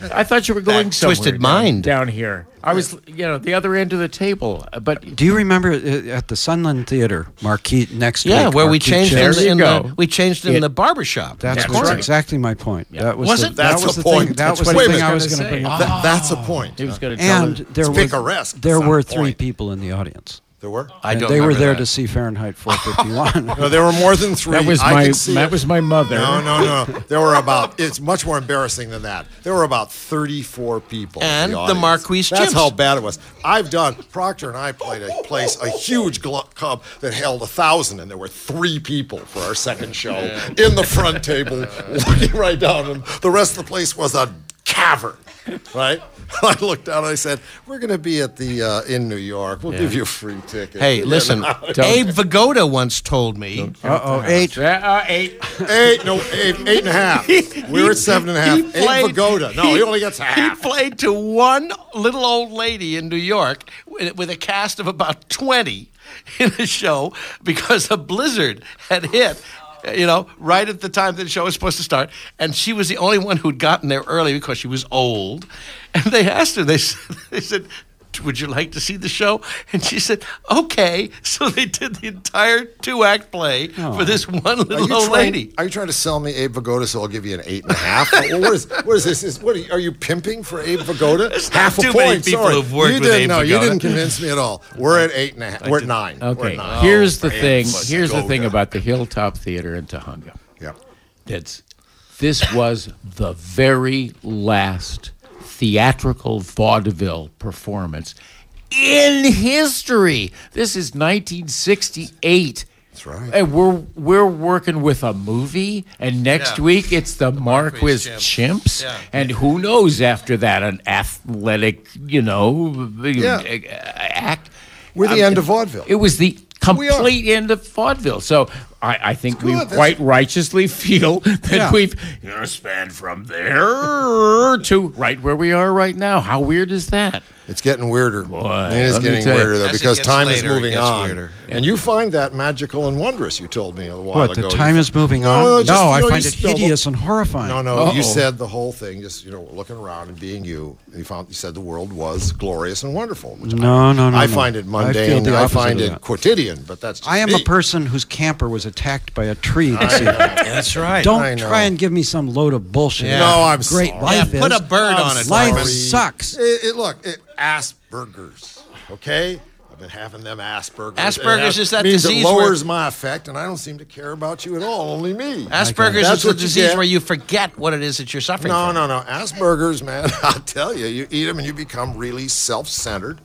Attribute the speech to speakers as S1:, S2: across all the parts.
S1: I thought you were going somewhere
S2: twisted
S1: down-
S2: mind.
S1: down here. I was, you know, the other end of the table. uh, But
S3: Do you remember uh, at the Sunland Theater, Marquette next
S2: Yeah,
S3: week?
S2: where we
S3: Marquette
S2: changed
S3: Jones-
S2: it
S1: There you
S2: in
S1: go.
S2: the we changed it in the barber shop.
S3: That's
S1: That's
S3: what-
S1: right.
S3: exactly my point. That was,
S2: Was
S3: the,
S2: it?
S3: that
S4: That's
S3: was
S4: a
S3: the thing.
S4: point.
S3: That
S4: That's
S3: was
S4: what
S3: the
S4: I
S3: thing
S4: was
S3: I was
S4: gonna
S3: going to bring up.
S4: Th- that's a point.
S1: he was going to tell
S3: And
S1: us-
S3: there
S4: It's
S3: was
S4: picaresque. It's
S3: there
S4: not
S3: were
S4: a
S3: three
S4: point.
S3: people in the audience.
S4: There were.
S2: I
S3: and
S2: don't
S3: they were
S2: remember
S3: there
S2: that.
S3: to see Fahrenheit 451.
S4: No, there were more than three.
S1: that was
S4: I
S1: my
S4: could see
S1: that
S4: it.
S1: was my mother.
S4: No, no, no. There were about. It's much more embarrassing than that. There were about thirty-four people, in
S2: And the
S4: audience.
S2: Marquise
S4: That's
S2: Chimps.
S4: how bad it was. I've done. Proctor and I played a place, a huge gl- club that held a thousand, and there were three people for our second show in the front table, looking right down, and the rest of the place was a cavern. Right? I looked down and I said, "We're going to be at the uh, in New York. We'll give you a free ticket."
S2: Hey,
S4: You
S2: listen,
S4: know?
S2: Abe Vigoda once told me
S3: Uh oh, eight.
S1: Yeah, uh, eight.
S4: Eight, no, eight, eight and a half. We were at seven and a half.
S2: he played
S4: eight Pagoda. No, he, only gets
S2: He
S4: half.
S2: played to one little old lady in New York with with a cast of about 20 in a show because a blizzard had hit. You know, right at the time that the show was supposed to start, and she was the only one who'd gotten there early because she was old. And they asked her. They said, "They said, would you like to see the show?" And she said, "Okay." So they did the entire two-act play for this one
S4: Are you,
S2: little
S4: trying,
S2: old lady.
S4: are you trying to sell me Abe Vigoda so I'll give you an eight and a half? Well, what is what is this? Is, what are, you, are you pimping for Abe Vigoda?
S2: There's not
S4: half a
S2: too
S4: point.
S2: many people
S4: sorry.
S2: who've worked
S4: you
S2: with
S4: didn't,
S2: Abe
S4: No, you
S2: Vigoda.
S4: didn't convince me at all. We're at eight and a half. We're at nine. We're
S1: Okay.
S4: at nine. Oh,
S1: here's the
S2: for
S1: thing.
S2: Abe's
S1: Here's the thing
S4: Goda.
S1: about the Hilltop Theater in Tahunga.
S4: Yeah.
S1: That's this was the very last theatrical vaudeville performance in history. This is 1968. That's
S4: right.
S1: And we're we're working with a movie, and next
S2: Yeah.
S1: week it's the, Marquis
S2: Marquis
S1: Chimps,
S2: Chimps. Yeah.
S1: and who knows after that an athletic, you know, uh,
S4: Yeah.
S1: act.
S4: We're the
S1: Um,
S4: end of vaudeville.
S1: It was the
S4: We are.
S1: complete end of vaudeville. So I, I think we
S4: good, that's-
S1: quite righteously feel that
S3: Yeah.
S1: we've you know, spanned from there to right where we are right now. How weird is that?
S4: It's getting weirder.
S1: Boy,
S4: it is
S1: let me
S4: getting
S1: tell you.
S4: weirder though
S2: As it
S4: because
S2: gets
S4: time
S2: later,
S4: is
S2: it
S4: moving
S2: gets
S4: on,
S2: weirder.
S4: and you find that magical and wondrous. You told me a while
S3: What,
S4: ago.
S3: the
S4: You
S3: time is moving on?
S4: No, no, just-
S3: I
S4: no, you
S3: find it
S4: still-
S3: hideous and horrifying.
S4: No, no,
S1: Uh-oh.
S4: you said the whole thing, just you know, looking around and being you. You found you said the world was glorious and wonderful. Which
S3: No, no, no,
S4: I
S3: no.
S4: find it
S3: Mm. I feel
S4: mundane.
S3: the
S4: I,
S3: opposite
S4: find
S3: of
S4: it
S3: that.
S4: quotidian, but that's. Just
S3: I am
S4: me.
S3: a person whose camper was attacked by a tree this evening.
S2: That's right.
S4: I
S3: Don't
S4: know.
S3: try and give me some load of bullshit.
S2: Yeah.
S3: about
S4: No,
S3: how
S4: I'm
S3: great.
S4: sorry.
S3: Life
S2: Yeah, put
S3: is.
S2: a bird on it,
S3: Life
S2: Norman.
S3: sucks.
S4: It, it- look, it, Aspergers. Okay, I've been having them Aspergers. and
S2: Asperger's
S4: that
S2: is that
S4: means
S2: disease
S4: It
S2: where-
S4: lowers my effect, and I don't seem to care about you at all. Only me.
S2: Asperger's
S4: uh, That's
S2: is a
S4: what you
S2: disease
S4: get.
S2: where you forget what it is that you're suffering
S4: No,
S2: from.
S4: no, no. Asperger's, man, I'll tell you, you eat them and you become really self centered,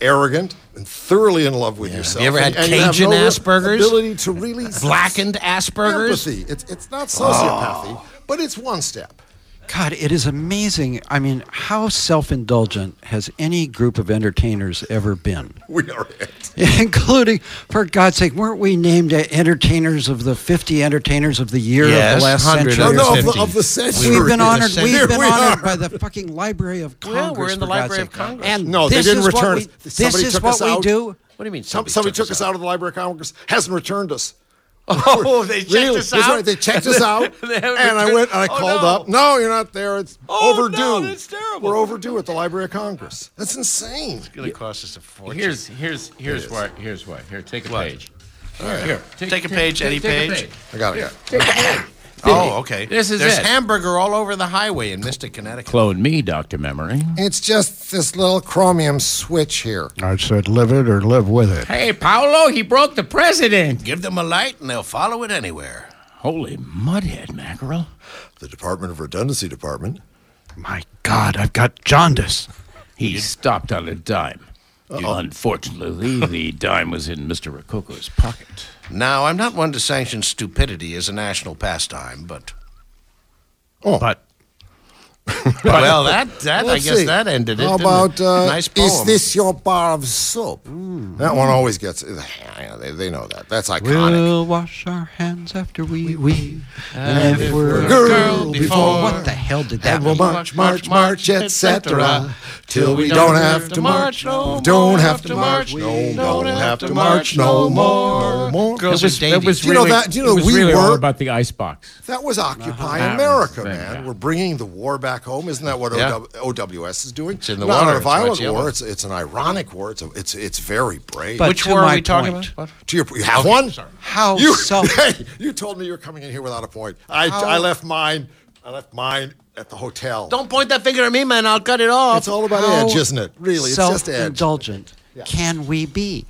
S4: arrogant, and thoroughly in love with yourself.
S2: Have you ever had
S4: and, and have
S2: Cajun
S4: no real
S2: Asperger's?
S4: Ability to really
S2: Blackened Asperger's. Oh.
S4: Empathy. It's, it's not sociopathy, but it's one step.
S3: God, it is amazing. I mean, how self-indulgent has any group of entertainers ever been?
S4: We are it.
S3: Including, for God's sake, weren't we named entertainers of the 50 entertainers of the year of
S2: Yes,
S3: the last
S2: 100
S3: century?
S4: No,
S2: We're
S4: no, of the,
S2: 50.
S4: of the century.
S3: We've been
S2: We're
S3: honored.
S2: the
S3: We've
S2: same.
S3: been
S4: Here we
S3: honored
S4: are.
S3: by the fucking Library of Congress.
S2: Yeah, we're in the
S3: for
S2: Library
S3: God's
S2: of
S3: sake.
S2: Congress.
S3: And
S4: No, they
S3: this
S4: didn't
S3: is what
S4: return
S3: we-
S4: us. Somebody
S3: this is
S4: took
S3: what
S4: us
S3: we
S4: out.
S3: do.
S2: What do you mean?
S4: Some,
S2: Somebody,
S4: somebody took us out of the Library of Congress, hasn't returned us.
S2: Oh, they checked
S4: Really?
S2: us
S4: That's
S2: out?
S4: right. They checked us out,
S2: They
S4: and
S2: haven't
S4: I
S2: returned-
S4: went and I
S2: Oh,
S4: called
S2: no.
S4: up. No, you're not there. It's
S2: Oh, no,
S4: overdue.
S2: that's terrible.
S4: We're overdue at the Library of Congress. That's insane.
S2: It's going to cost us a fortune.
S1: Here's here's here's why here's why. Here, take a page. Here,
S2: Take a page, any page.
S4: I got it.
S2: oh, okay.
S1: This is
S2: There's
S1: it.
S2: hamburger all over the highway in Mystic, Connecticut.
S1: Clone me, Doctor Memory.
S4: It's just this little chromium switch here.
S5: I said, live it or live with it.
S1: Hey, Paolo, he broke the president.
S2: Give them a light, and they'll follow it anywhere.
S1: Holy mudhead mackerel.
S4: The Department of Redundancy Department.
S5: My God, I've got jaundice.
S1: He stopped on a dime. Unfortunately, the dime was in Mr. Rococo's pocket.
S2: Now, I'm not one to sanction stupidity as a national pastime, but
S5: But
S2: well, that that I
S4: Let's
S2: guess
S4: see.
S2: that ended it.
S4: How
S2: didn't it?
S4: about uh,
S2: nice poem?
S4: is this your bar of soap? That one always gets. yeah, They, they know that. That's iconic.
S3: We'll wash our hands after we weave. And if we're a
S4: girl
S3: girl before.
S2: before.
S3: What the hell did that
S4: And we'll
S3: mean?
S4: march, march, march, etc. Till we don't have to march no more. Don't have to march. No, don't have to march no more. more.
S2: Girls are dating.
S4: Do you know that- do you know
S1: it was
S4: we
S1: really all
S4: were-
S1: about the icebox.
S4: That was Occupy America, man. We're bringing the war back home. Isn't that what
S2: Yeah.
S4: OW, OWS is doing? It's
S2: in the
S4: Not
S2: water,
S4: a
S2: it's why
S4: violent
S2: it's yellow.
S4: war. It's it's an ironic war. It's a, it's it's very brave.
S3: But Oh,
S2: Which
S3: to
S2: war
S3: my
S2: are we talking
S3: point,
S2: about?
S4: to your, you have one.
S3: How
S4: You,
S3: self-
S4: hey, you told me you were coming in here without a point. I, I left mine. I left mine at the hotel.
S2: Don't point that finger at me, man. I'll cut it off.
S4: It's all about
S3: how
S4: edge, isn't it? Really, it's just edge.
S3: Self-indulgent. Can we be?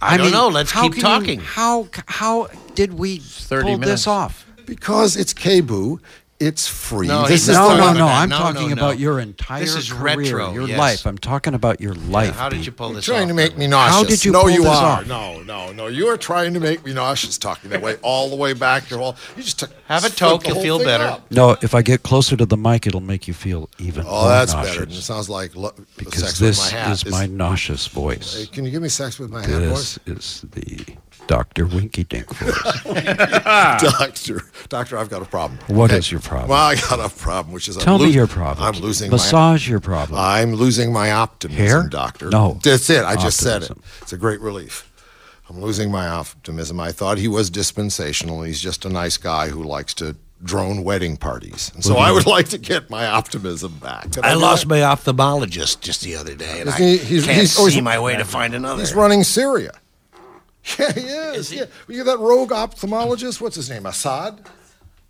S2: I don't know. Let's
S3: how
S2: keep
S3: can you-
S2: talking.
S3: how how did we
S1: 30
S3: pull
S1: minutes.
S3: this off?
S4: Because it's Kebu, it's free.
S2: No,
S4: this
S2: he's
S4: is
S2: not
S3: no,
S4: the-
S2: talking
S3: no, no.
S2: about-
S3: I'm
S2: no,
S3: talking
S2: no, no.
S3: about your entire
S2: This is
S3: career,
S2: retro,
S3: your
S2: yes.
S3: life. I'm talking about your life.
S2: How did
S3: Pete.
S2: you pull this
S4: trying
S2: off?
S4: to make me nauseous.
S3: How did you
S4: No,
S3: pull
S4: you
S3: this
S4: are.
S3: off?
S4: No, no, no. You are trying to make me nauseous talking that way all the way back. You're all. You just took,
S2: Have a
S4: flipped
S2: toke,
S4: the
S2: you'll
S4: whole
S2: feel
S4: thing
S2: better.
S4: up.
S3: No, if I get closer to the mic, it'll make you feel even
S4: Oh,
S3: more
S4: that's
S3: nauseous.
S4: better. It sounds like lo-
S3: Because
S4: sex
S3: this
S4: with my hat.
S3: is my nauseous voice.
S4: Hey, Can you give me sex with my hat,
S3: This
S4: voice?
S3: is the Dr. Winky Dink voice.
S4: Ah. doctor, doctor, I've got a problem.
S3: What is your problem?
S4: Well, I got a problem, which is I'm
S3: Tell me
S4: lo-
S3: your problem.
S4: I'm losing my. Uh,
S3: Massage your problem.
S4: I'm losing my optimism,
S3: Hair?
S4: doctor.
S3: No.
S4: that's it. I just said it.
S3: Optimism.
S4: It's a great relief. I'm losing my optimism. I thought he was dispensational. He's just a nice guy who likes to drone wedding parties, and so I would like to get my optimism back. Can
S2: I
S4: do
S2: lost
S4: that?
S2: my ophthalmologist just the other day, and
S4: Is
S2: I
S4: he- he's-
S2: can't
S4: he's- oh,
S2: see
S4: he's-
S2: my way to find another.
S4: He's running Syria. Yeah, he is.
S2: Is he?
S4: Yeah, Well, you that rogue ophthalmologist. What's his name? Assad.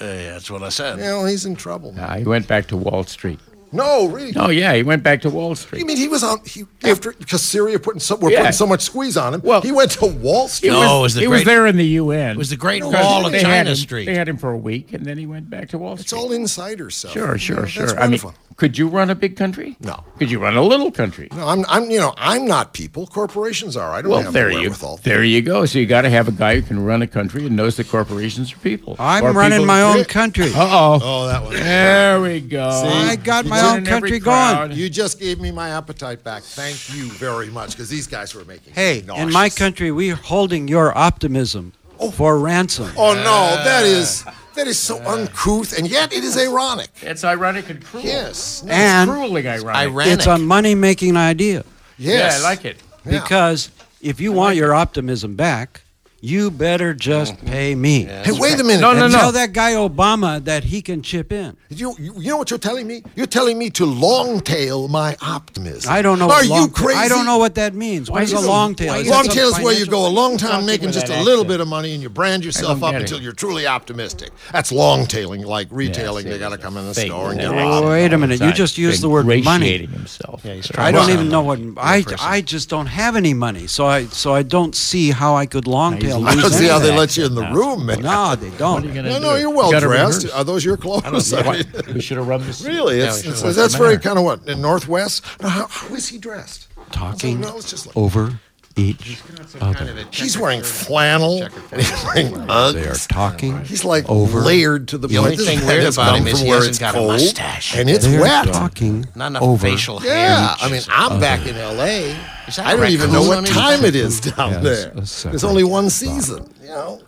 S2: Uh, yeah, that's what I said.
S4: You know, he's in trouble.
S1: Uh, he went back to Wall Street.
S4: No, really.
S1: Oh yeah, he went back to Wall
S4: You
S1: Street.
S4: mean he was on he after because Syria putting so we're
S1: Yeah.
S4: putting so much squeeze on him?
S1: Well-
S4: he went to Wall Street.
S2: No, it was the
S1: he
S2: great-
S1: was there in the UN. It
S2: was the Great Wall of
S1: they had
S2: China
S1: him-
S2: Street.
S1: They had him for a week, and then he went back to Wall
S4: It's
S1: Street.
S4: all insider stuff.
S1: Sure,
S4: You know,
S1: sure,
S4: that's
S1: sure. I mean,
S4: wonderful.
S1: could you run a big country?
S4: No.
S1: Could you run a little country?
S4: no, I'm, I'm, you know, I'm not people. Corporations are. I don't
S1: Well,
S4: have
S1: there
S4: the
S1: you
S4: wherewithal.
S1: there you go. So you got to have a guy who can run a country and knows that corporations are people.
S3: I'm running my own country.
S1: Uh oh.
S4: Oh, that one.
S1: There we go.
S3: I got my
S1: You're
S3: own
S1: in every
S3: country
S1: crowd.
S3: going.
S4: You just gave me my appetite back. Thank you very much, because these guys were making.
S3: Hey,
S4: me
S3: in my
S4: nauseous.
S3: country, we're holding your optimism for ransom.
S4: Oh no, that is that is so uncouth, and yet it is ironic.
S1: It's ironic and cruel.
S4: Yes, no,
S3: and
S1: Cruelly ironic.
S2: Iran-
S3: it's a money making idea.
S4: yes.
S1: Yeah, I like it.
S4: Yeah.
S3: Because if you want your optimism back, you better just
S4: Oh.
S3: pay me.
S4: Hey, wait a minute.
S1: No, no,
S3: And
S1: no.
S3: tell that guy Obama that he can chip in.
S4: You, you, you know what you're telling me? You're telling me to long tail my optimism.
S3: I don't know.
S4: Are
S3: what long,
S4: you crazy?
S3: I don't know what that means. What is a
S1: is it-
S3: long tail?
S1: why
S3: Is
S1: is
S3: that
S4: Long
S3: some
S4: tail is where you
S3: financial-
S4: go a long time
S1: Something
S4: making
S1: with
S4: just a
S1: that
S4: little
S1: accent.
S4: bit of money and you brand yourself
S1: don't
S4: up
S1: get it.
S4: until you're truly optimistic. That's long tailing, like retailing.
S1: see,
S4: they got to
S1: it's
S4: come in the
S1: fake
S4: store and
S1: news.
S4: get
S3: Oh,
S4: robbed.
S3: wait a minute. You
S1: Inside,
S3: just used the word money.
S1: ingratiating himself.
S3: I don't
S4: Wow.
S3: even know what I, I just don't have any money, so I so I don't see how I could long tail.
S1: Now
S4: I
S1: he's
S4: don't
S3: lose
S4: see how
S3: anything.
S4: they let you in the room, man.
S3: No, they don't.
S4: No, no, you're well dressed. Are those your clothes? I mean,
S1: We should have rubbed this.
S4: really, it's,
S1: we
S4: it's-
S1: should've.
S4: that's
S1: What's the
S4: very
S1: matter?
S4: kind of what in Northwest. No, how, how is he dressed?
S3: Talking
S4: No, it's just like-
S3: over each other.
S4: He's wearing flannel. He's wearing
S3: They are
S4: Uggs.
S3: talking.
S4: He's like
S3: Over.
S4: layered to the.
S2: The only
S4: point. His
S2: thing
S4: head
S2: weird
S4: has
S2: about
S4: come
S2: him is
S4: from
S2: he
S4: where
S2: hasn't
S4: it's
S2: got a
S4: cold
S2: mustache.
S4: and it's
S3: They're
S4: wet.
S3: talking
S2: Not enough
S3: over.
S2: facial
S4: Yeah,
S2: hair.
S4: I mean, I'm back in L.A.
S2: Is that
S4: I don't even know
S2: raccoon
S4: what
S2: on
S4: time it is down
S3: Yes,
S4: there.
S3: a separate
S4: There's only one season, you know.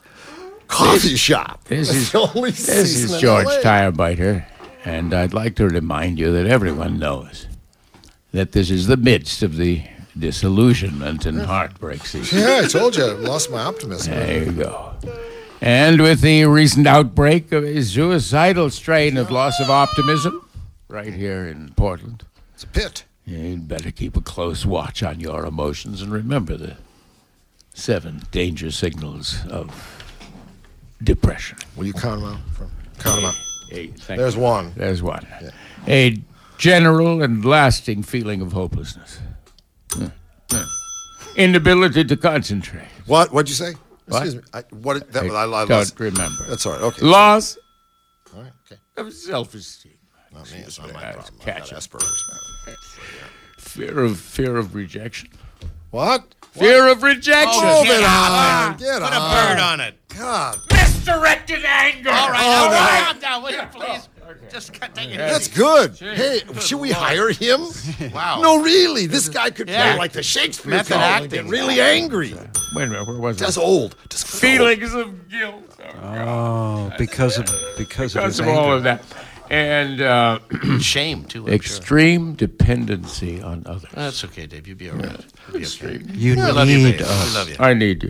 S4: Coffee shop.
S1: This
S4: It's
S1: is-
S4: the only
S1: This
S4: season
S1: is
S4: in
S1: George
S4: LA.
S1: Tirebiter, and I'd like to remind you that everyone knows that this is the midst of the disillusionment and heartbreak season.
S4: Yeah, I told you, I lost my optimism.
S1: There you go. And with the recent outbreak of a suicidal strain of loss of optimism, right here in Portland,
S4: It's a pit.
S1: you'd better keep a close watch on your emotions and remember the seven danger signals of depression.
S4: Will you count them out? From, count them out.
S1: Hey, thank
S4: There's
S1: you.
S4: one.
S1: There's one. A general and lasting feeling of hopelessness. Huh, huh. Inability to concentrate.
S4: What? What'd you say?
S1: What?
S4: Excuse me. I, what? That,
S1: I
S4: I, I lost.
S1: don't remember.
S4: That's all right. Okay.
S1: Loss
S4: All right. Okay.
S1: of self-esteem.
S4: Not me. It's not my
S1: I was
S4: problem. I got
S1: catching.
S4: Asperger's. man.
S1: Fear of fear of rejection.
S4: What? Oh,
S1: Fear of rejection.
S4: Move it on. Get
S2: Put a
S4: on.
S2: bird on it.
S4: God.
S1: Misdirected anger.
S2: All right, now,
S4: Oh, no.
S2: right now, will you please? Just cut- take it
S4: That's
S2: easy.
S4: good. Hey, should we hire him?
S2: Wow.
S4: No, really. This guy could
S2: Yeah.
S4: play like the Shakespeare
S2: Method
S4: Method acting.
S2: acting.
S4: Get really angry.
S1: Wait a minute. Where was
S4: That's
S1: I?
S4: old. Just
S1: Feelings of guilt. Oh,
S3: Oh, because of because, of
S1: because
S3: his
S1: of all
S3: anger.
S1: of that. And uh,
S2: Shame, too. I'm sure.
S1: extreme dependency on others.
S2: That's okay, Dave. You'll be all right. You'll be okay.
S3: You
S2: I love you,
S3: need
S2: babe. I
S3: us.
S2: love you.
S1: I need you.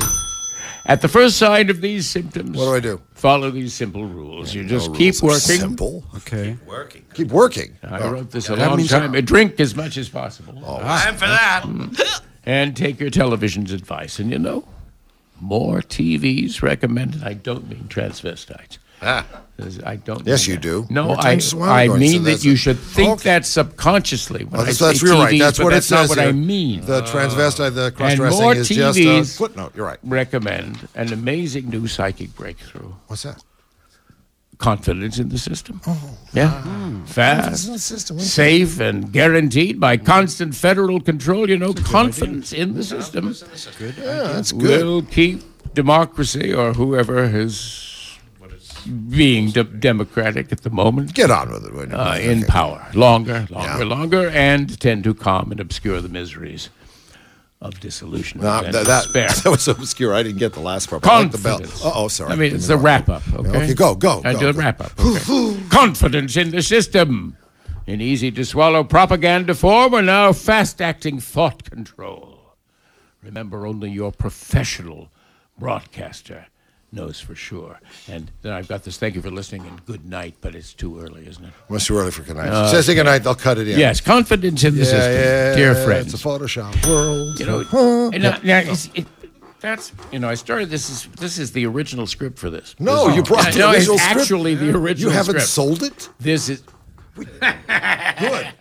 S1: At the first sign of these symptoms,
S4: What do I do?
S1: Follow these simple rules. You just
S4: No
S1: keep
S4: rules.
S1: working.
S4: Simple.
S3: Okay.
S2: Working.
S4: Keep working.
S1: I
S4: Oh.
S1: wrote this a
S3: that
S1: long
S3: means-
S1: time. Drink as much as possible,
S2: Time for that.
S1: and take your television's advice. And you know, more TVs recommended. I don't mean transvestites.
S2: Ah.
S1: There's- I don't.
S4: Yes,
S1: mean
S4: you
S1: that.
S4: do.
S1: No,
S4: More
S1: I.
S4: times than what
S1: I
S4: I'm going, so
S1: mean that
S4: that's
S1: you
S4: a-
S1: should think
S4: Okay.
S1: that subconsciously when
S4: Oh,
S1: I
S4: that's,
S1: say
S4: that's
S1: TVs,
S4: you're right. That's
S1: but
S4: what
S1: that's
S4: it
S1: not
S4: says.
S1: what
S4: here.
S1: I mean.
S4: The transvestite, the cross
S1: and
S4: dressing
S1: more
S4: is just a
S1: TVs
S4: footnote. You're right.
S1: recommend an amazing new psychic breakthrough.
S4: What's that?
S1: Confidence in the system. yeah. Fast,
S4: Oh, in the system, isn't it?
S1: safe, and guaranteed by constant federal control. You know, confidence in the system
S4: Yeah, that's good.
S1: will keep democracy or whoever is being de- democratic at the moment
S4: Get on with it. would you?
S1: uh,
S4: Okay.
S1: in power longer, longer,
S4: Yeah.
S1: longer, and tend to calm and obscure the miseries of dissolution
S4: Nah,
S1: and
S4: that, that,
S1: despair.
S4: that was obscure. I didn't get the last part. but I like the bell.
S1: Confidence.
S4: Oh, sorry.
S1: I mean, it's the wrap up. Okay,
S4: okay, go, go,
S1: I
S4: go,
S1: do a
S4: go.
S1: wrap up. Okay. Confidence in the system, in easy to swallow propaganda form, or now fast acting thought control. Remember, only your professional broadcaster knows for sure. And then I've got this. Thank you for listening, and good night. But it's too early, isn't it?
S4: Must be early for good night.
S1: Uh,
S4: Says good night. They'll cut it in.
S1: Yes, confidence in the
S4: Yeah,
S1: system,
S4: yeah,
S1: dear
S4: It's
S1: friends.
S4: a Photoshop world.
S1: You know,
S4: Huh?
S1: and now- now it's- it- that's you know, I started this is this is the original script for this.
S4: no, you brought the
S1: no, it's
S4: original script.
S1: actually the original
S4: You haven't
S1: script.
S4: sold it.
S1: This is
S4: Good.